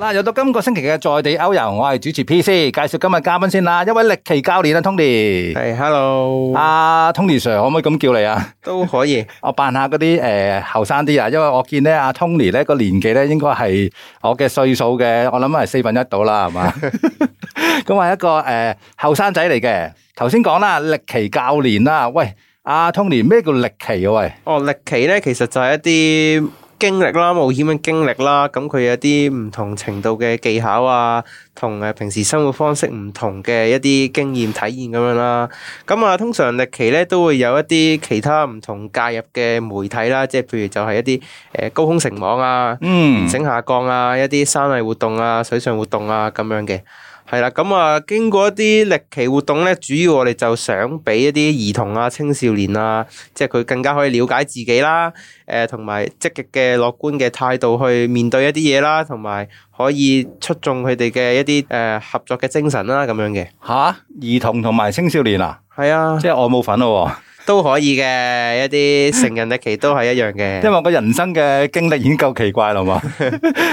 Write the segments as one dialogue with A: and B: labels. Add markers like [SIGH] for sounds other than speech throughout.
A: 啦，又到今個星期嘅在地歐遊，我係主持 P C，介紹今日嘉賓先啦，一位歷奇教練啊，Tony。
B: 系，hello，
A: 阿 Tony Sir 可唔可以咁叫你啊？
B: 都可以，
A: 我扮下嗰啲誒後生啲啊，因為我見咧阿 Tony 咧個年紀咧應該係我嘅歲數嘅，我諗係四分一到啦，係嘛？咁係一個誒後生仔嚟嘅。頭先講啦，歷奇教練啦，喂，阿 Tony 咩叫歷奇啊？喂，
B: 哦，歷奇咧，其實就係一啲經歷啦，冒險嘅經歷啦，咁佢有啲唔同程度嘅技巧啊，同誒平時生活方式唔同嘅一啲經驗體驗咁樣啦。咁啊，通常歷奇咧都會有一啲其他唔同介入嘅媒體啦，即係譬如就係一啲誒、呃高空繩網啊。
A: 嗯，
B: 整下降啊，一啲山藝活動啊、水上活動啊咁樣嘅，係啦。咁啊，經過一啲歷奇活動咧，主要我哋就想俾一啲兒童啊、青少年啊，即係佢更加可以了解自己啦，誒同埋積極嘅樂觀嘅態度去面對一啲嘢啦，同埋可以促進佢哋嘅一啲誒、呃合作嘅精神啦，咁樣嘅。
A: 吓，兒童同埋青少年啊，
B: 係啊，
A: 即係我冇份咯喎。
B: 都可以嘅，一啲成人歷奇都係一樣嘅。
A: 因為我人生嘅經歷已經夠奇怪啦嘛。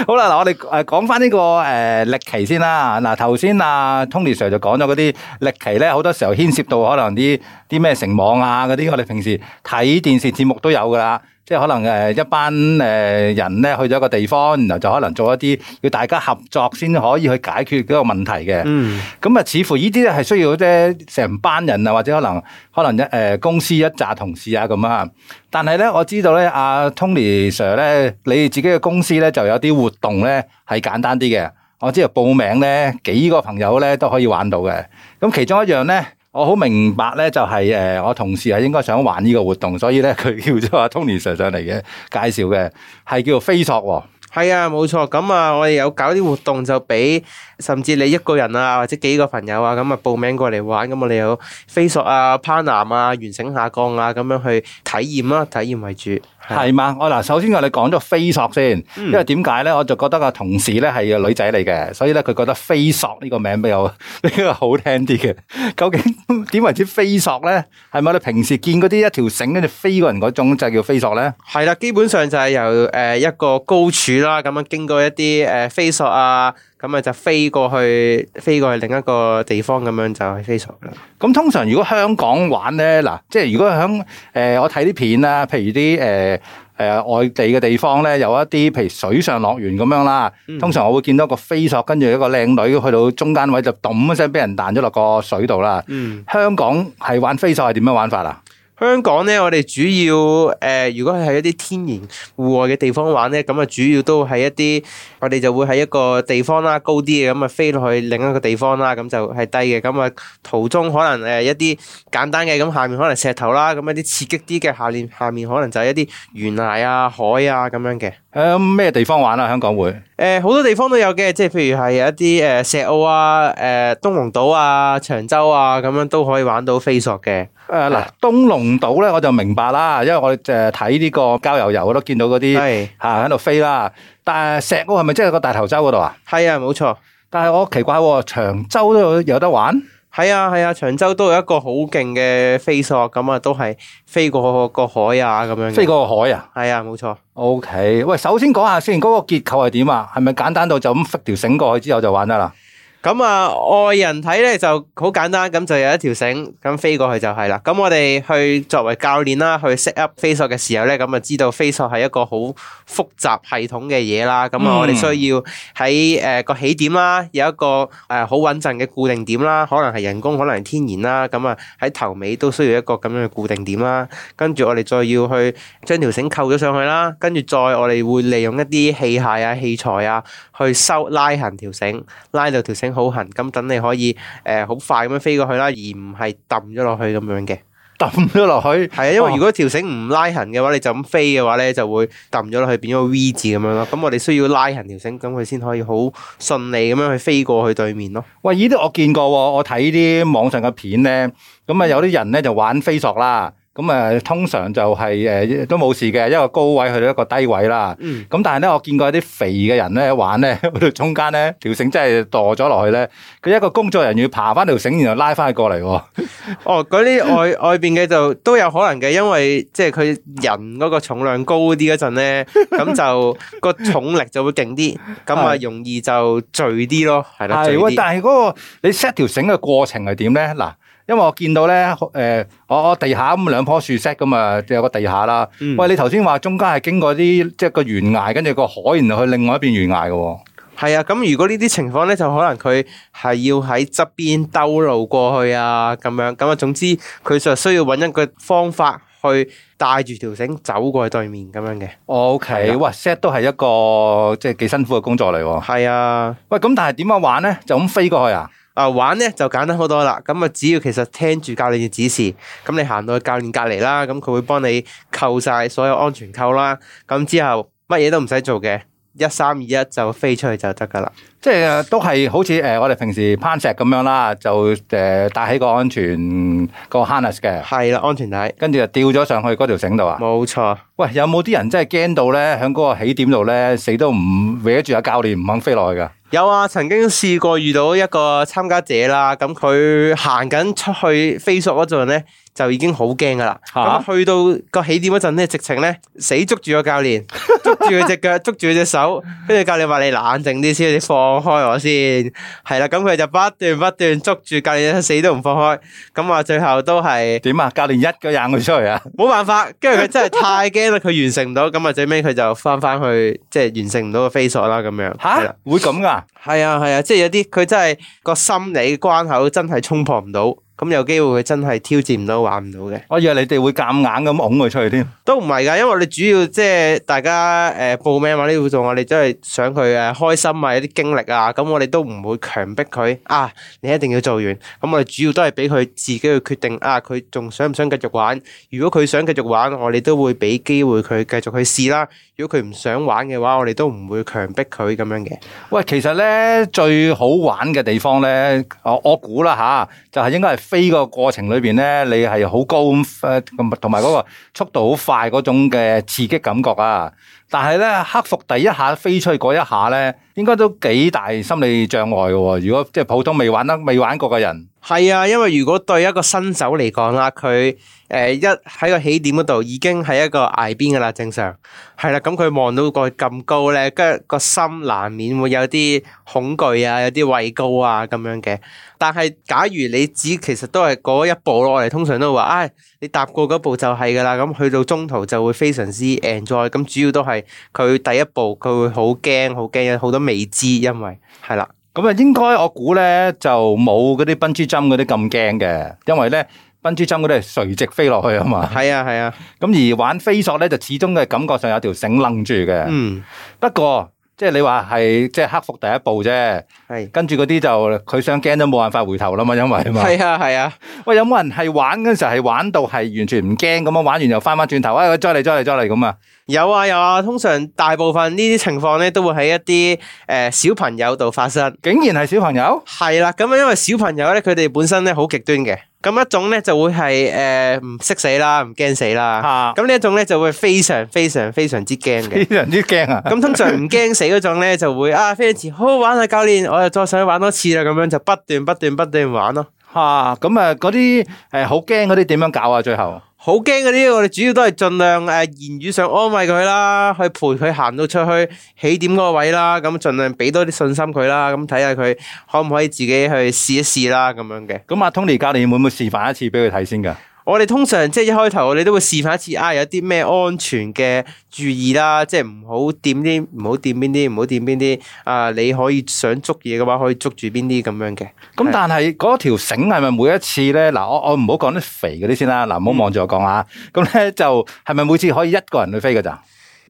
A: 好啦，嗱，我哋誒講翻呢個誒歷奇先啦。嗱，頭先阿 Tony Sir 就講咗嗰啲歷奇咧，好多時候牽涉到可能啲啲咩繩網啊嗰啲，我哋平時睇電視節目都有噶啦。即係可能誒呃一班誒人咧去咗一個地方，然後就可能做一啲要大家合作先可以去解決嗰個問題嘅。
B: 嗯。
A: 咁啊，似乎呢啲咧係需要咧成班人啊，或者可能可能一誒、呃公司一紮同事啊咁啊。但係咧，我知道咧，阿、Tony Sir 咧，你自己嘅公司咧就有啲活動咧係簡單啲嘅。我知道報名咧幾個朋友咧都可以玩到嘅。咁其中一樣咧。我好明白咧，就係、誒、我同事係啊應該想玩呢個活動，所以咧佢叫咗阿 Tony Sir 上嚟嘅介紹嘅，係叫做飛索喎、
B: 係啊，冇錯。咁啊，我哋有搞啲活動就俾，甚至你一個人啊，或者幾個朋友啊，咁啊報名過嚟玩。咁我哋有飛索啊、攀岩啊、懸繩下降啊，咁樣去體驗啦，體驗為主。係
A: 係嘛？我嗱，首先我哋講咗飛索先，因為點解咧？我就覺得個同事咧係個女仔嚟嘅，所以咧佢覺得飛索呢個名比較 [LAUGHS] 比較好聽啲嘅。究竟 [LAUGHS] 點為之飛索咧？係咪我哋平時見嗰啲一條繩跟住飛過人嗰種就叫飛索咧？
B: 係啦，基本上就係由誒一個高處啦，咁樣經過一啲誒飛索啊，咁啊就飛過去，飛過去另一個地方咁樣就係飛索啦。
A: 咁通常如果香港玩咧，嗱，即係如果響誒、呃我睇啲片啦，譬如啲誒誒外地嘅地方咧，有一啲譬如水上樂園咁樣啦，通常我會見到個飛索，跟住一個靚女去到中間位就揼一聲俾人彈咗落個水度啦。
B: 嗯。
A: 香港係玩飛索係點樣玩法啊？
B: 香港咧，我哋主要誒、呃如果係喺一啲天然戶外嘅地方玩咧，咁啊主要都係一啲我哋就會喺一個地方啦，高啲嘅咁啊飛落去另一個地方啦，咁就係低嘅，咁啊途中可能誒、呃一啲簡單嘅，咁下面可能石頭啦，咁啊一啲刺激啲嘅下面下面可能就係一啲懸崖啊、海啊咁樣嘅。
A: 響咩地方玩啊？香港會
B: 誒好多地方都有嘅，即係譬如係有一啲誒、呃石澳啊、誒、東龍島啊、長洲啊咁樣都可以玩到飛索嘅。
A: 誒嗱，東龍島咧我就明白啦，因為我誒睇呢個郊遊遊我都見到嗰啲
B: 係
A: 嚇喺度飛啦。但係石澳係咪即係個大頭洲嗰度啊？
B: 係啊，冇錯。
A: 但係我奇怪喎，長洲都有得玩，
B: 係啊係啊，長洲都有一個好勁嘅飛索，咁啊都係飛過個海啊咁樣嘅。
A: 飛過個海啊
B: 係啊，冇錯。
A: ！O K，喂，首先講下先，嗰、個結構係點啊？係咪簡單到就咁揈條繩過去之後就玩得啦？
B: 咁啊，外人睇咧就好簡單，咁就有一條繩咁飛過去就係啦。咁我哋去作為教練啦，去 set up 飛索嘅時候咧，咁啊知道飛索係一個好複雜系統嘅嘢啦。咁啊，
A: 嗯
B: 我哋需要喺誒個起點啦，有一個誒好穩陣嘅固定點啦，可能係人工，可能係天然啦。咁啊喺頭尾都需要一個咁樣嘅固定點啦。跟住我哋再要去將條繩扣咗上去啦，跟住再我哋會利用一啲器械啊、器材啊去收拉行條繩，拉到條繩好痕，咁等你可以誒好、快咁樣飛過去啦，而唔係揼咗落去咁樣嘅。
A: 抌咗落去，
B: 係啊，因為如果條繩唔拉痕嘅話，你就咁飛嘅話咧，就會揼咗落去變咗個 V 字咁樣咯。咁我哋需要拉痕條繩，咁佢先可以好順利咁樣去飛過去對面咯。
A: 喂，呢啲我見過喎，我睇啲網上嘅片咧，咁啊有啲人咧就玩飛索啦，咁啊，通常就係誒都冇事嘅，一個高位去到一個低位啦。
B: 嗯，
A: 咁但係咧，我見過有啲肥嘅人咧玩咧，去到中間咧條繩真係墮咗落去咧，佢一個工作人員爬翻條繩，然後拉翻佢過嚟喎。
B: 哦，嗰啲外 [LAUGHS] 外边嘅就都有可能嘅，因為即係佢人嗰個重量高啲嗰陣咧，
A: [LAUGHS]
B: 咁就個重力就會勁啲，咁啊
A: 係
B: 容易就聚啲咯，係啦，聚
A: 係喂，
B: 啲。
A: 但係嗰、個你 set 條繩嘅過程係點咧？嗱，因為我見到咧，誒、我我地下咁兩棵樹 set 咁啊，有個地下啦。
B: 嗯
A: 喂，你頭先話中間係經過啲即係個懸崖，跟住個海，然後去另外一邊懸崖嘅喎。
B: 係啊，咁如果呢啲情況咧，就可能佢係要喺側邊兜路過去啊，咁樣咁啊，總之佢就需要揾一個方法去帶住條繩走過去對面咁樣嘅。
A: O
B: 係
A: K，
B: 啊
A: 哇 set 都係一個即係幾辛苦嘅工作嚟喎。
B: 係啊，
A: 喂，咁但係點樣玩咧？就咁飛過去啊？
B: 啊玩咧就簡單好多啦。咁啊，只要其實聽住教練嘅指示，咁你行到去教練隔離啦，咁佢會幫你扣晒所有安全扣啦。咁之後乜嘢都唔使做嘅，一三二一就飛出去就得㗎啦。
A: 即係呃都係好似誒、呃我哋平時攀石咁樣啦，就誒、呃、戴起個安全個 harness 嘅，
B: 係啦，安全帶，
A: 跟住就吊咗上去嗰條繩度啊！
B: 冇錯。
A: 喂，有冇啲人真係驚到咧，喺嗰個起點度咧，死都唔搲住阿教練唔肯飛落去噶？
B: 有啊，曾經試過遇到一個參加者啦，咁佢行緊出去飛索嗰陣咧，就已經好驚噶啦。咁、
A: 嚇
B: 去到個起點嗰陣咧，直情咧死捉住個教練， [LAUGHS] 捉住佢只腳，捉住佢隻手，跟住教練話你冷靜啲先，你放開我先。係啦，咁佢就不斷不斷捉住教練，死都唔放開。咁啊，最後都係
A: 點啊？教練一腳掟佢出去啊！
B: 冇辦法，跟住佢真係太驚啦，佢完成唔到，咁啊最尾佢就翻翻去，即係完成唔到個飛索啦，咁樣。係啦
A: 吓，會咁噶？
B: 係啊係啊，即係有啲佢真係個心理關口真係衝破唔到，咁有機會佢真係挑戰唔到、玩唔到嘅，
A: 我以為你哋會夾硬咁拱佢出去添。
B: 都唔係㗎，因為你主要即係大家誒、呃、報名玩呢啲活動，我哋真係想佢誒開心啊，有啲經歷啊，咁我哋都唔會強迫佢啊，你一定要做完，咁我哋主要都係俾佢自己去決定啊，佢仲想唔想繼續玩？如果佢想繼續玩，我哋都會俾機會佢繼續去試啦。如果佢唔想玩嘅話，我哋都唔會強迫佢咁樣嘅。
A: 喂，其實咧最好玩嘅地方咧，我我估啦吓，就係、應該係飛個過程裏邊咧，你係好高咁誒，咁同埋嗰個速度好快嗰種嘅刺激感覺啊！但係咧，克服第一下飛出去嗰一下咧，應該都幾大心理障礙嘅喎。如果即係普通未玩得、未玩過嘅人，
B: 係啊，因為如果對一個新手嚟講啦，佢誒、呃一喺個起點嗰度已經係一個崖邊噶啦，正常係啦。咁佢望到個咁高咧，跟住個心難免會有啲恐懼啊，有啲畏高啊咁樣嘅。但係假如你只其實都係嗰一步咯，我哋通常都會話，唉、你踏過嗰步就係噶啦。咁去到中途就會非常之 enjoy。咁主要都係佢第一步，佢會好驚，好驚，有好多未知，因為係啦。
A: 咁啊，應該我估咧就冇嗰啲笨珠針嗰啲咁驚嘅，因為咧笨珠針嗰啲係垂直飛落去啊嘛。
B: 係啊，係啊，
A: 咁而玩飛索咧，就始終嘅感覺上有條繩楞住嘅。
B: 嗯，
A: 不過即係你話係即係克服第一步啫，
B: 係。
A: 跟住嗰啲就佢想驚都冇辦法回頭啦嘛，因為嘛。
B: 係啊係啊，
A: 喂，有冇人係玩嗰陣時係玩到係完全唔驚咁啊樣，玩完又翻翻轉頭，哎，再嚟再嚟再嚟咁啊？
B: 有啊有啊，通常大部分呢啲情況咧都會喺一啲誒、呃小朋友度發生。
A: 竟然係小朋友，
B: 係啦，咁因為小朋友咧，佢哋本身咧好極端嘅，咁一種咧就會係誒唔識死啦，唔驚死啦，
A: 吓，
B: 咁呢一種咧就會非常非常非常之驚嘅 [LAUGHS]
A: 非。常之驚啊！
B: 咁通常唔驚死嗰種咧就會啊非常之好好玩啊教練，我又再想玩多次啦，咁樣就不斷不斷不斷玩咯。
A: 吓，咁啊，嗰啲诶好驚嗰啲點樣搞啊？最後
B: 好驚嗰啲，我哋主要都係盡量誒、呃言語上安慰佢啦，去陪佢行到出去起點嗰個位啦，咁盡量俾多啲信心佢啦，咁睇下佢可唔可以自己去試一試啦咁樣嘅。
A: 咁阿 Tony 教練會唔會示範一次俾佢睇先㗎？
B: 我哋通常即係一開頭，我哋都會示範一次啊，有啲咩安全嘅注意啦，即係唔好掂啲，唔好掂邊啲，唔好掂邊啲啊！你可以想捉嘢嘅話，可以捉住邊啲咁樣嘅。
A: 咁
B: 係
A: 但係嗰條繩係咪每一次咧？嗱，我我唔好講啲肥嗰啲先啦，嗱，唔好望住我講啊。咁咧就係咪每次可以一個人去飛㗎咋？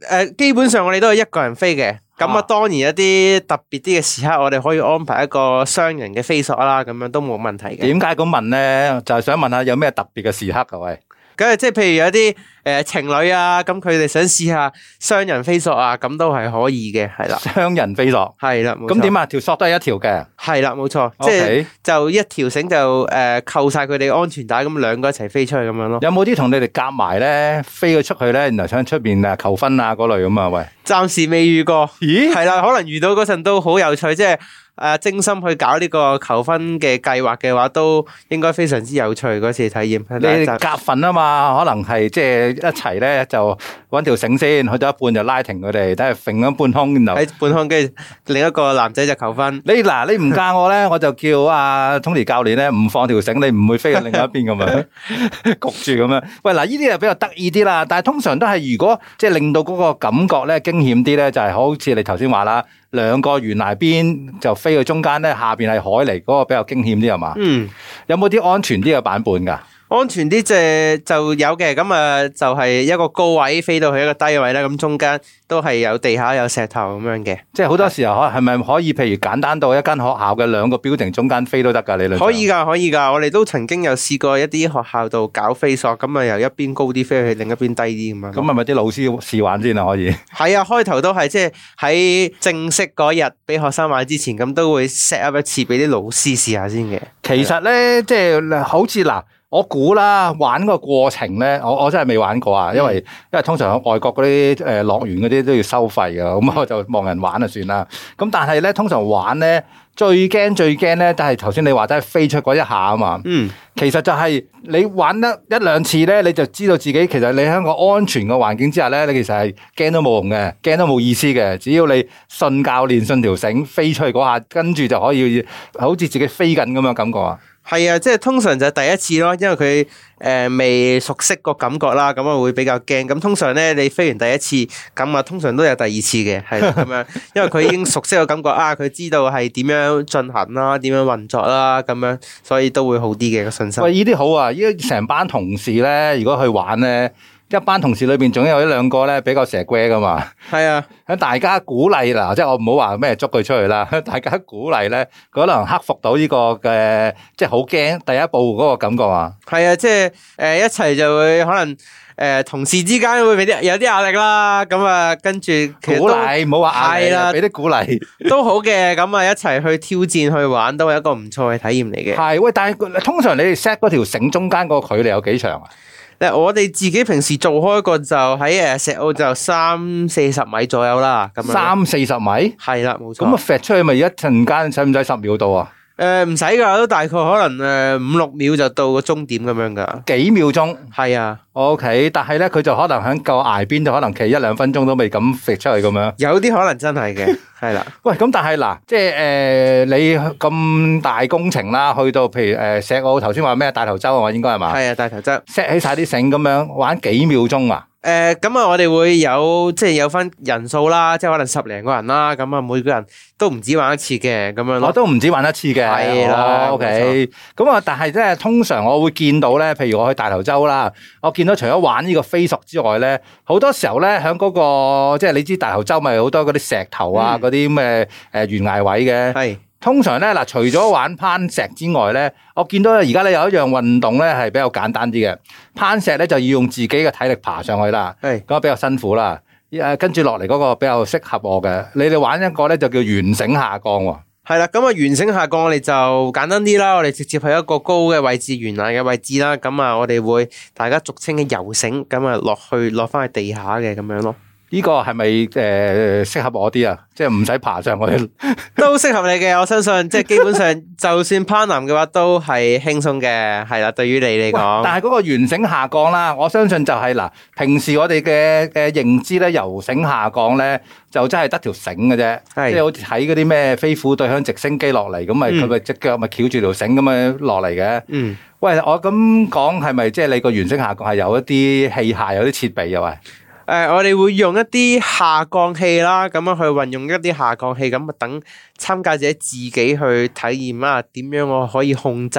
B: 誒、呃基本上我哋都係一個人飛嘅。咁啊
A: 啊，
B: 當然一啲特別啲嘅時刻，我哋可以安排一個雙人嘅飛索啦，咁樣都冇問題嘅。
A: 點解咁問咧？就係想問下有咩特別嘅時刻啊？喂，
B: 咁即係譬如有啲诶情侶啊，咁佢哋想試下雙人飛索啊，咁都係可以嘅，係啦，
A: 雙人飛索。
B: 係啦，
A: 咁點
B: 啊？
A: 啊？條索都係一條嘅，
B: 係啦，冇錯，即係
A: OK，
B: 就一條繩就诶扣晒佢哋安全帶，咁兩個一齊飛出去咁樣咯。
A: 有冇啲同你哋夾埋咧，飛咗出去咧，然後想出边啊求婚啊嗰類咁啊？喂，
B: 暫時未遇過。
A: 咦？
B: 係啦，可能遇到嗰陣都好有趣，即係诶精心去搞呢個求婚嘅計劃嘅話，都應該非常之有趣嗰次體驗。
A: 你哋夾份啊嘛，可能係即係一齊咧就搵條繩先，去到一半就拉停佢哋，等佢揈咗半空，然後
B: 喺半空，跟住另一個男仔就求婚。
A: 你嗱你唔嫁我咧， [LAUGHS] 我就叫阿 Tony 教練咧唔放條繩，你唔會飛去另外一邊咁
B: [LAUGHS]
A: 樣焗住咁樣。喂嗱，呢啲就比較得意啲啦，但係通常都係如果即係令到嗰個感覺咧驚險啲咧，就係、好似你頭先話啦，兩個懸崖邊就飛去中間咧，下邊係海嚟，嗰、個比較驚險啲係嘛？
B: 嗯，
A: 有冇啲安全啲嘅版
B: [LAUGHS]
A: 本㗎？
B: 安全啲就就有嘅，咁啊就係一個高位飛到去一個低位啦，咁中間都係有地下有石頭咁樣嘅，
A: 即係好多時候可係咪可以譬如簡單到一間學校嘅兩個 building 中間飛都得㗎？理論上
B: 可以㗎，可以㗎。我哋都曾經有試過一啲學校度搞飛索，咁啊由一邊高啲飛去另一邊低啲咁樣咯。
A: 咁係咪啲老師試玩先啊？可以。
B: 係啊，開頭都係即係喺正式嗰日俾學生玩之前，咁都會 set up 一次俾啲老師試下先嘅。
A: 其實咧，即係好似嗱，我估啦，玩個過程咧，我我真係未玩過啊，因為因為通常外國嗰啲誒樂園嗰啲都要收費嘅，咁我就望人玩就算啦。咁但係咧，通常玩咧最驚最驚咧，就係頭先你話齋飛出嗰一下啊嘛。
B: 嗯，
A: 其實就係你玩得一兩次咧，你就知道自己其實你喺個安全嘅環境之下咧，你其實係驚都冇用嘅，驚都冇意思嘅。只要你信教練、信條繩飛出去嗰下，跟住就可以好似自己飛緊咁樣感覺啊！
B: 係啊，即係通常就係第一次咯，因為佢誒、呃未熟悉個感覺啦，咁啊會比較驚。咁通常咧，你飛完第一次，咁啊通常都有第二次嘅，係啦咁樣，因為佢已經熟悉個感覺啊，佢知道係點樣進行啦，點樣運作啦，咁樣，所以都會好啲嘅個信心。
A: 喂，呢啲好啊！依成班同事咧， [LAUGHS] 如果去玩咧，一班同事裏邊總有一兩個咧比較蛇龜噶嘛。 [LAUGHS]
B: 係啊，
A: 喺大家鼓勵嗱，即係我唔好話咩捉佢出去啦。 [LAUGHS] 大家鼓勵咧，可能克服到呢個嘅，即係好驚第一步嗰個感覺啊。
B: 係啊，即係誒、呃一齊就會可能誒、呃同事之間會俾啲有啲壓力啦，咁啊跟住其
A: 鼓
B: 實都
A: 勵唔好話壓力
B: 係
A: 啦，
B: 啦
A: 俾啲鼓勵。
B: 都好嘅，咁啊一齊去挑戰去玩都係一個唔錯嘅體驗嚟嘅。
A: 係喂，但係通常你哋 set 嗰條繩中間嗰個距離有幾長啊？
B: 嗱，我哋自己平時做開個就喺誒石澳就三四十米左右啦，咁樣
A: 三四十米。
B: 係啦，冇
A: 咁啊，
B: 錯。
A: 揈出去咪一陣間使唔使十秒到啊？
B: 誒呃唔使㗎，都大概可能呃誒五六秒就到個終點咁樣㗎。
A: 幾秒鐘？
B: 係啊，
A: O K，但係咧佢就可能喺個崖邊就可能企一兩分鐘都未敢揈出去咁樣。
B: 有啲可能真
A: [LAUGHS]
B: 係嘅，係啦。
A: 喂，咁但係嗱，即係誒、呃你咁大工程啦，去到譬如誒、呃石澳頭先話咩大頭洲啊嘛，應該係嘛
B: 係啊，大頭真。
A: ？set 起晒啲繩咁樣玩幾秒鐘啊？
B: 誒咁啊，我哋會有即係有分人數啦，即係可能十零個人啦，咁啊每個人都唔止玩一次嘅咁樣
A: 我
B: 咯。
A: 都唔止玩一次嘅，
B: 係
A: 哦
B: 啦
A: ，OK。咁啊，但係咧，通常我會見到咧，譬如我去大頭洲啦，我見到除咗玩呢個飛索之外咧，好多時候咧，喺嗰、個即係你知大頭洲咪好多嗰啲石頭啊，
B: 嗯
A: 嗰啲咩誒懸崖位嘅。
B: 係
A: 通常咧嗱，除咗玩攀石之外咧，我見到而家咧有一樣運動咧係比較簡單啲嘅，攀石咧就要用自己嘅體力爬上去啦，
B: 係
A: 咁啊比較辛苦啦。誒跟住落嚟嗰個比較適合我嘅，你哋玩一個咧就叫懸繩下降喎，
B: 係啦，咁啊完繩下降我哋就簡單啲啦，我哋直接去一個高嘅位置、懸崖嘅位置啦，咁啊我哋會大家俗稱嘅游繩，咁啊落去落翻去地下嘅咁
A: [LAUGHS]
B: 樣咯，
A: 呢、個係咪誒適合我啲啊？即係唔使爬上去。
B: 都適合你嘅，我相信即係基本上就算攀岩嘅話都係輕鬆嘅，係啦，對於你嚟
A: 喂
B: 講
A: 但係嗰個懸繩下降啦，我相信就係、嗱，平時我哋嘅嘅認知咧，游繩下降咧就真係得條繩嘅啫。即係
B: 係
A: 好似睇嗰啲咩飛虎對向直升機落嚟，咁咪
B: 嗯
A: 佢咪只腳咪翹住條繩咁樣落嚟嘅。
B: 嗯。
A: 喂，我咁講係咪即係你個原聲下降係有一啲器械、有啲設備嘅喂？
B: 誒、我哋會用一啲下降器啦，咁樣去運用一啲下降器，咁啊等參加者自己去體驗啊，點樣我可以控制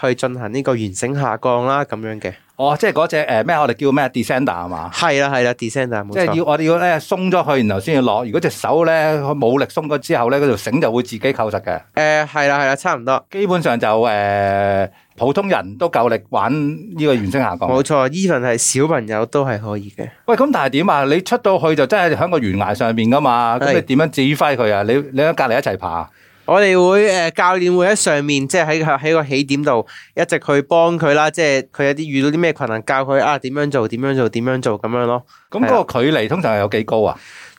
B: 去進行呢個完整下降啦，咁樣嘅。
A: 哦，即係嗰只誒咩？我哋叫咩 descender 啊嘛？
B: 係啦，係啦，descender 冇
A: 即係
B: 錯。
A: 要我哋要咧鬆咗佢，然後先要落。如果隻手咧冇力鬆咗之後咧，嗰條繩就會自己扣實嘅。
B: 哦誒係啦，係啦，差唔多。
A: 基本上就誒、呃普通人都夠力玩呢個原聲下降。
B: 冇錯，even 係小朋友都係可以嘅。
A: 喂，咁但係點啊？你出到去就真係喺個懸崖上面噶嘛？咁
B: 係
A: 你點樣指揮佢啊？你你喺隔離一齊爬，
B: 我哋會誒、呃教練會喺上面，即係喺喺個起點度一直去幫佢啦，即係佢有啲遇到啲咩困難，教佢啊點樣做，點樣做，點樣做咁樣咯。
A: 咁
B: 啊
A: 嗰個距離通常係有幾高啊？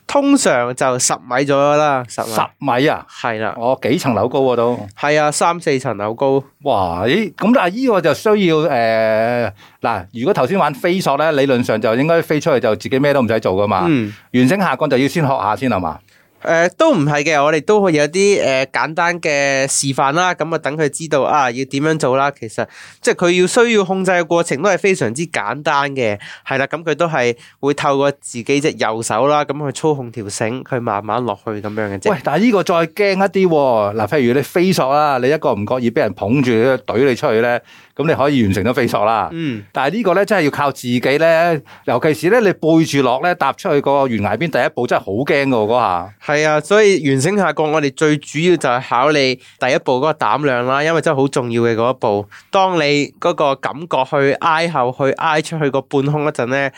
B: 通常就十米左右啦，十米
A: 十米啊！
B: 係啦，
A: 我幾層樓高喎都，
B: 係啊，三四層樓高。
A: 哇！咦，咁但係依個就需要誒嗱、如果頭先玩飛索咧，理論上就應該飛出去就自己咩都唔使做噶嘛。
B: 嗯，
A: 原聲下降就要先學下先係嘛？
B: 誒、都唔係嘅，我哋都會有啲誒、呃、簡單嘅示範啦，咁啊等佢知道啊要點樣做啦。其實即係佢要需要控制嘅過程都係非常之簡單嘅，係啦，咁佢都係會透過自己隻右手啦，咁去操控條繩，佢慢慢落去咁樣嘅啫
A: 喂。，但係呢個再驚一啲喎。嗱，譬如你飛索啦，你一個唔覺意俾人捧住懟你出去咧，咁你可以完成咗飛索啦。
B: 嗯，
A: 但係呢個咧真係要靠自己咧，尤其是咧你背住落咧踏出去個懸崖邊第一步真係好驚㗎喎嗰下。
B: 係啊，所以完成下降，我哋最主要就係考你第一步嗰個膽量啦，因為真係好重要嘅嗰一步。當你嗰個感覺去挨後去挨出去個半空嗰陣咧，誒、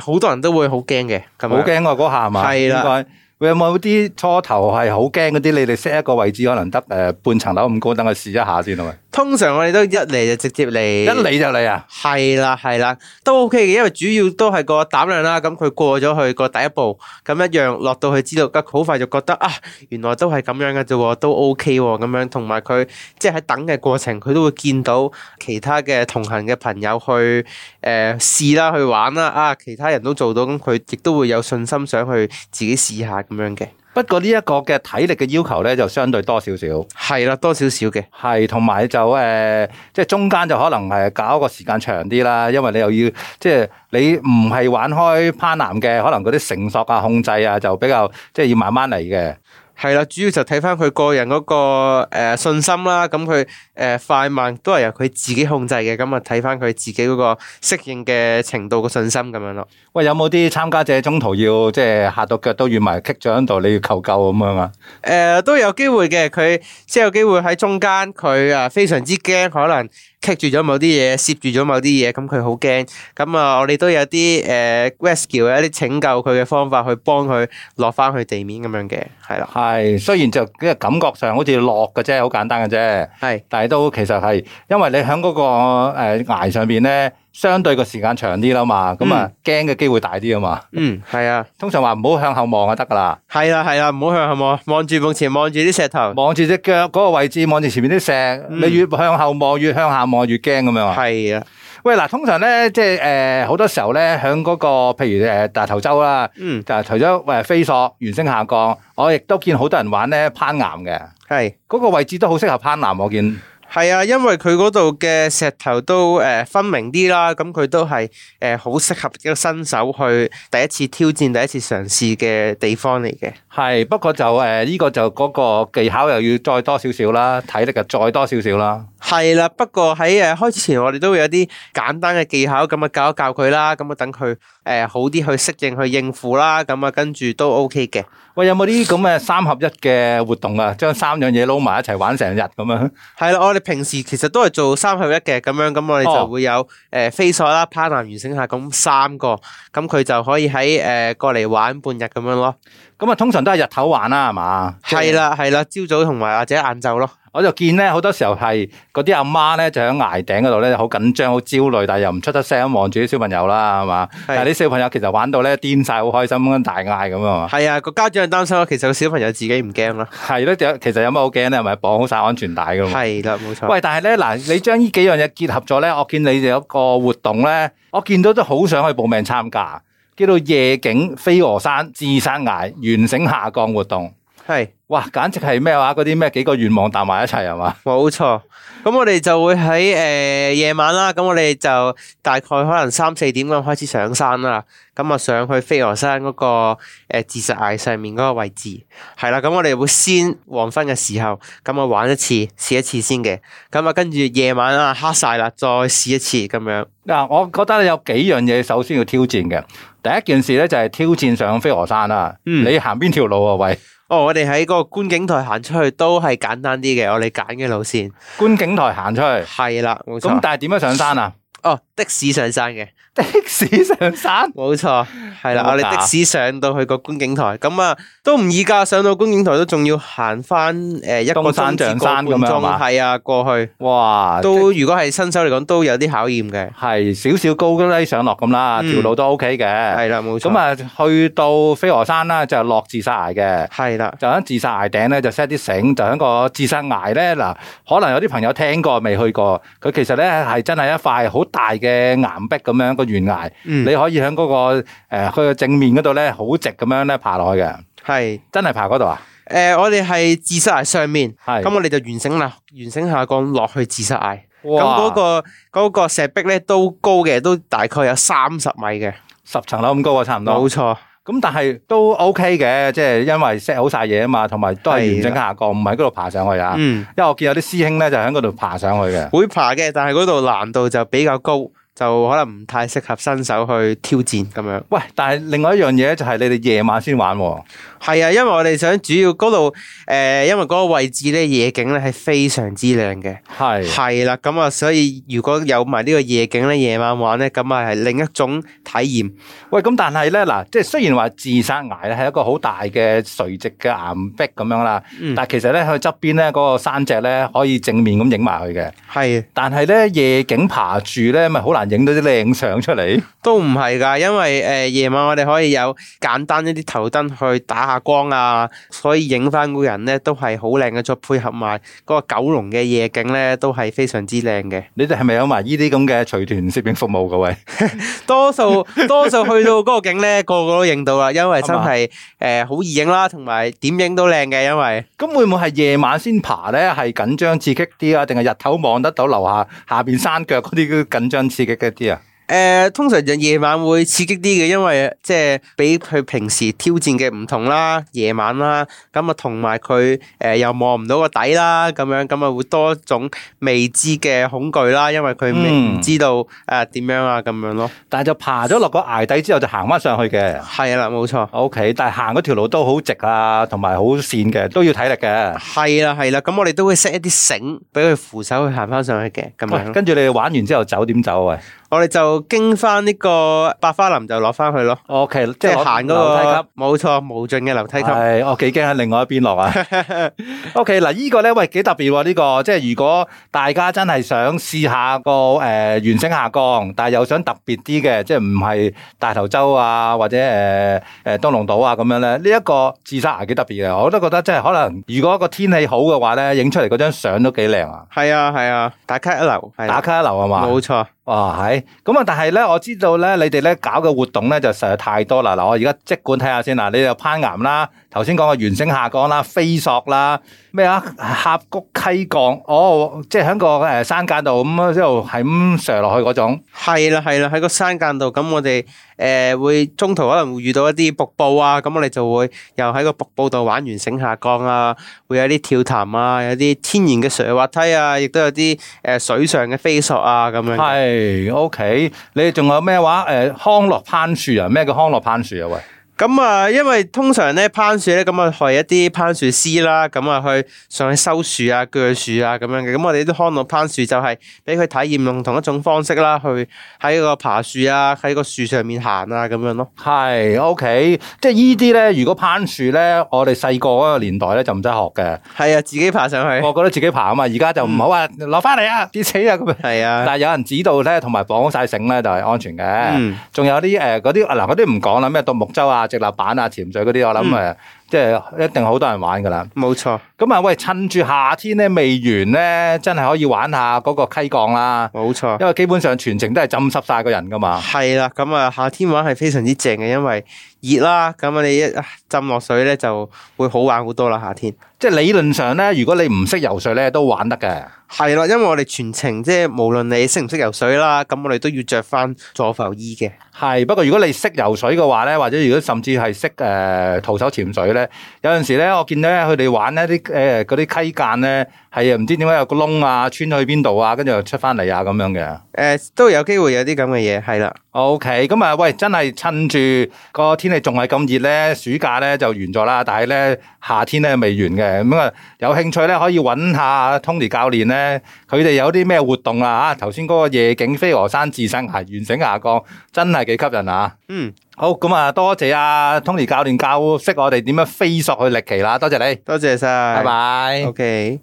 B: 好多人都會好驚嘅，咁
A: 好
B: 樣。
A: 驚喎嗰下係嘛？
B: 啊係啦
A: 應該。會有冇啲初頭係好驚嗰啲？你哋 set 一個位置可能得誒半層樓咁高，等佢試一下先係咪？
B: 通常我哋都一嚟就直接嚟，
A: 一嚟就嚟啊！
B: 係啦係啦，都 OK 嘅，因為主要都係個膽量啦。咁佢過咗去個第一步，咁一樣落到去知道，佢好快就覺得啊，原來都係咁樣嘅啫喎，都 OK 喎咁樣。同埋佢即係喺等嘅過程，佢都會見到其他嘅同行嘅朋友去誒、呃、試啦，去玩啦。啊，其他人都做到，咁佢亦都會有信心想去自己試下咁樣嘅。
A: 不過呢一個嘅體力嘅要求咧就相對多少少。
B: 係啦，多少少嘅。
A: 係，同埋就誒、呃即係中間就可能係搞個時間長啲啦，因為你又要即係你唔係玩開攀岩嘅，可能嗰啲繩索啊、控制啊就比較即係要慢慢嚟嘅。
B: 係啦，主要就睇翻佢個人嗰、個、呃、信心啦。咁佢誒快慢都係由佢自己控制嘅。咁啊，睇翻佢自己嗰個適應嘅程度個信心咁樣咯。
A: 喂，有冇啲參加者中途要即係嚇到腳都軟埋，棘咗喺度，你要求救咁樣啊？
B: 誒、呃都有機會嘅，佢即係有機會喺中間佢啊非常之驚，可能棘住咗某啲嘢，攝住咗某啲嘢，咁佢好驚。咁啊，我哋都有啲誒、呃 rescue 一啲拯救佢嘅方法去幫佢落翻去地面咁樣嘅，係啦，
A: 係，雖然就即係感覺上好似落嘅啫，好簡單嘅啫，
B: 係
A: 但係都其實係因為你喺嗰、個、呃、崖上邊咧，相對個時間長啲啦嘛，咁啊驚嘅機會大啲啊嘛。
B: 嗯係啊，
A: 通常話唔好向後望就得㗎啦。
B: 係啦係啦，唔好向後望，望住目前望住啲石頭。
A: 望住只腳嗰個位置，望住前面啲石，
B: 嗯
A: 你越向後望，越向下望越驚咁樣啊！
B: 係啊，
A: 喂，嗱，通常咧，即係誒好多時候咧，喺嗰個譬如誒大頭洲啦，
B: 嗯，
A: 就係除咗誒呃飛索、原升下降，我亦都見好多人玩咧攀岩嘅，
B: 係
A: 嗰個位置都好適合攀岩，我見
B: 係啊，因為佢嗰度嘅石頭都誒、呃分明啲啦，咁佢都係誒好適合一個新手去第一次挑戰、第一次嘗試嘅地方嚟嘅。
A: 係，不過就誒呢個就嗰個技巧又要再多少少啦，體力就再多少少啦。
B: 係啦，不過喺誒開始前，我哋都會有啲簡單嘅技巧，咁啊教一教佢啦，咁啊等佢誒好啲去適應、去應付啦，咁啊跟住都 OK 嘅。
A: 喂，有冇啲咁嘅三合一嘅活動啊？將三樣嘢撈埋一齊玩成日咁樣？
B: 係啦，我哋平時其實都係做三合一嘅咁樣，咁我哋
A: 哦
B: 就會有誒、呃、飛索啦、攀岩、完成下咁三個，咁佢就可以喺誒、呃、過嚟玩半日咁樣咯。
A: 咁啊，通常都係日頭玩啦，係嘛？
B: 係啦係啦，朝早同埋或者晏晝咯。
A: 我就見咧好多時候係嗰啲阿媽咧就喺崖頂嗰度咧好緊張、好焦慮，但係又唔出得聲咁望住啲小朋友啦，係嘛？但係啲小朋友其實玩到咧癲晒，好開心咁樣大嗌咁啊嘛。
B: 係啊，個家長擔心咯，其實個小朋友自己唔驚啦。
A: 係咯，就其實有乜好驚咧？係咪綁好晒安全帶㗎嘛？
B: 係啦，冇錯。
A: 喂，但係咧嗱，你將呢幾樣嘢結合咗咧，我見你哋有一個活動咧，我見到都好想去報名參加，叫做夜景飛鵝山自山崖懸繩下降活動。
B: 係
A: 哇，簡直係咩話？嗰啲咩幾個願望搭埋一齊係嘛？
B: 冇錯。咁我哋就會喺誒、呃夜晚啦，咁我哋就大概可能三四點咁開始上山啦。咁啊上去飛鵝山嗰、個、呃、自石崖上面嗰個位置，係啦。咁我哋會先黃昏嘅時候，咁啊玩一次試一次先嘅。咁啊跟住夜晚啊黑晒啦，再試一次咁樣。
A: 嗱，我覺得有幾樣嘢首先要挑戰嘅。第一件事咧就係挑戰上飛鵝山啦。
B: 嗯
A: 你行邊條路啊？喂，
B: 哦，我哋喺嗰個觀景台行出去都係簡單啲嘅，我哋揀嘅路線
A: 觀景台行出去。
B: 係啦，冇
A: 咁
B: 錯。
A: 但係點樣上山啊？ [LAUGHS]
B: 哦，的士上山嘅，
A: 的士上
B: [LAUGHS]
A: 山，
B: 冇錯，係
A: 有
B: 啦，
A: 冇
B: 我哋
A: 架
B: 的士上到去個觀景台，咁啊都唔易㗎，上到觀景台都仲要行翻誒一個
A: 東山
B: 鐘至
A: 象
B: 個
A: 山
B: 半
A: 咁樣係
B: 鐘，
A: 嘛啊
B: 係啊，過去
A: 哇！
B: 都如果係新手嚟講都有啲考驗嘅，
A: 係少少高低上落咁啦，
B: 嗯
A: 條路都 OK 嘅。
B: 係啦，冇錯。
A: 咁啊，去到飛鵝山啦，就落自殺崖嘅。
B: 係啦，
A: 就喺自殺崖頂咧，就 set 啲繩，就喺個自殺崖咧嗱，可能有啲朋友聽過未去過，佢其實咧係真係一塊好大嘅岩壁咁樣個懸崖，
B: 嗯，
A: 你可以喺嗰、個誒佢嘅正面嗰度咧好直咁樣咧爬落去嘅，
B: 係
A: 真係爬嗰度啊？
B: 誒，我哋係自殺崖上面，
A: 係
B: 咁我哋就完成啦，完成下降落去自殺崖。咁
A: 哇
B: 嗰、個嗰、個石壁咧都高嘅，都大概有三十米嘅，
A: 十層樓咁高啊，差唔多
B: 冇。錯，
A: 咁但係都 OK 嘅，即係因為 set 好晒嘢啊嘛，同埋都係完整下降，唔係喺嗰度爬上去啊。
B: 嗯，
A: 因為我見有啲師兄咧就喺嗰度爬上去嘅。
B: 會爬嘅，但係嗰度難度就比較高，就可能唔太適合新手去挑戰咁樣。
A: 喂，但係另外一樣嘢就係你哋夜晚先玩喎。
B: 係啊，因為我哋想主要嗰度誒，因為嗰個位置咧夜景咧係非常之靚嘅，
A: 係
B: 係啦，咁啊，所以如果有埋呢個夜景咧，夜晚玩咧，咁啊係另一種體驗，
A: 喂，咁但係咧嗱，即係雖然話自殺崖咧係一個好大嘅垂直嘅岩壁咁樣啦，
B: 嗯
A: 但係其實咧佢側邊咧嗰個山脊咧可以正面咁影埋佢嘅。
B: 係。
A: 但係咧夜景爬住咧，咪好難影到啲靚相出
B: [LAUGHS]
A: 嚟。
B: 都唔係㗎，因為誒、呃夜晚我哋可以有簡單一啲頭燈去打下光啊，所以影翻個人咧都係好靚嘅，再配合埋嗰個九龍嘅夜景咧，都係非常之靚嘅。
A: 你哋係咪有埋呢啲咁嘅隨團攝影服務嘅喂？
B: 多數 [LAUGHS] 多數去到嗰個景咧，個個都影到啦，因為真係誒好易影啦，同埋點影都靚嘅，因為
A: 咁會唔會係夜晚先爬咧？係緊張刺激啲啊？定係日頭望得到樓下下邊山腳嗰啲緊張刺激一啲啊？
B: 誒、呃通常就夜晚會刺激啲嘅，因為即係比佢平時挑戰嘅唔同啦，夜晚啦，咁啊同埋佢誒又望唔到個底啦，咁樣咁啊會多種未知嘅恐懼啦，因為佢未
A: 嗯
B: 唔知道誒點樣啊咁樣咯，
A: 但係就爬咗落個崖底之後就行翻上去嘅。
B: 係啦，冇錯。
A: O、k 但係行嗰條路都好直啊，同埋好跣嘅，都要體力嘅。
B: 係啦，係啦，咁我哋都會 set 一啲繩俾佢扶手去行翻上去嘅，咁
A: 喂，
B: 樣咯。
A: 跟住你哋玩完之後走點走啊？
B: 我哋就經翻呢個百花林就落翻去咯，
A: O、k
B: 即
A: 即
B: 係
A: 係
B: 行嗰
A: 樓梯級啊
B: 個。冇錯無盡嘅樓梯級。
A: 係，我幾驚喺另外一邊落啊。O
B: [LAUGHS]
A: K，嗱，呢個咧，喂，幾特別喎、呢、個即係如果大家真係想試下個誒、呃、原聲下降，但係又想特別啲嘅，即係唔係大頭洲啊，或者誒誒東龍島啊咁樣咧，呢、一個自殺啊崖幾特別嘅，我都覺得即係可能如果個天氣好嘅話咧，影出嚟嗰張相都幾靚啊！
B: 係啊係啊，打卡一流，係啦
A: 打卡一流啊嘛，
B: 冇錯，
A: 哇，係咁啊！但係咧，我知道咧，你哋咧搞嘅活動咧就實在太多啦。嗱，我而家即管睇下先啦。你又攀岩啦，頭先講嘅原聲下降啦、飛索啦，咩啊峽谷溪降，哦，即係喺個誒山間度咁一路係咁上落去嗰種。
B: 係啦係啦，喺個山間度，咁我哋誒會中途可能會遇到一啲瀑布啊，咁我哋就會又喺個瀑布度玩完繩下降啊，會有啲跳潭啊，有啲天然嘅水滑梯啊，亦都有啲誒水上嘅飛索啊咁樣。
A: 係，OK。你哋仲有咩話？誒、呃康樂攀樹啊？咩叫康樂攀樹啊？喂，
B: 咁啊，因為通常咧攀樹咧，咁啊係一啲攀樹師啦，咁啊去上去收樹啊、鋸樹啊咁樣嘅。咁我哋啲康樂攀樹就係俾佢體驗用同一種方式啦，去喺個爬樹啊，喺個樹上面行啊咁樣咯。
A: 係 OK。即係呢啲咧，如果攀樹咧，我哋細個嗰個年代咧就唔使學嘅。
B: 係啊，自己爬上去。
A: 我覺得自己爬啊嘛，而家就唔好話攞翻嚟啊，跌死啊咁樣。
B: 係啊，
A: 但係有人指導咧，同埋綁晒繩咧，就係安全嘅。
B: 嗯，
A: 仲、有啲誒嗰啲啊嗱，嗰啲唔講啦，咩獨木舟啊、直立板啊、潛水嗰啲，我
B: 嗯
A: 諗誒、即係一定好多人玩噶啦。
B: 冇錯，
A: 咁啊，喂，趁住夏天咧未完咧，真係可以玩下嗰個溪降啦，
B: 冇錯。
A: 因為基本上全程都係浸濕晒個人噶嘛。
B: 係啦，咁啊，夏天玩係非常之正嘅，因為熱啦，咁啊，你一啊浸落水咧就會好玩好多啦。夏天
A: 即係理論上咧，如果你唔識游水咧，都玩得嘅。
B: 係啦，因為我哋全程即係無論你識唔識游水啦，咁我哋都要着翻助浮衣嘅。
A: 呃係，不過如果你識游水嘅話咧，或者如果甚至係識誒徒手潛水咧，咧，有陣時咧，我見咧佢哋玩咧啲誒嗰啲溪澗咧，係唔知點解有個窿啊，穿去邊度啊，跟住又出翻嚟啊咁樣嘅。
B: 诶、都有機會有啲咁嘅嘢，係啦，
A: O K，咁啊，喂，真係趁住個天氣仲係咁熱咧，暑假咧就完咗啦，但係咧夏天咧未完嘅，咁啊有興趣咧可以揾下 Tony 教練咧，佢哋有啲咩活動啊？嚇，頭先嗰個夜景飛鵝山自生崖完整下降，真係幾吸引啊！
B: 嗯，
A: 好，咁啊，多謝啊 Tony 教練教識我哋點樣飛索去歷奇啦，多謝你，
B: 多謝晒，
A: 拜拜。
B: ，OK。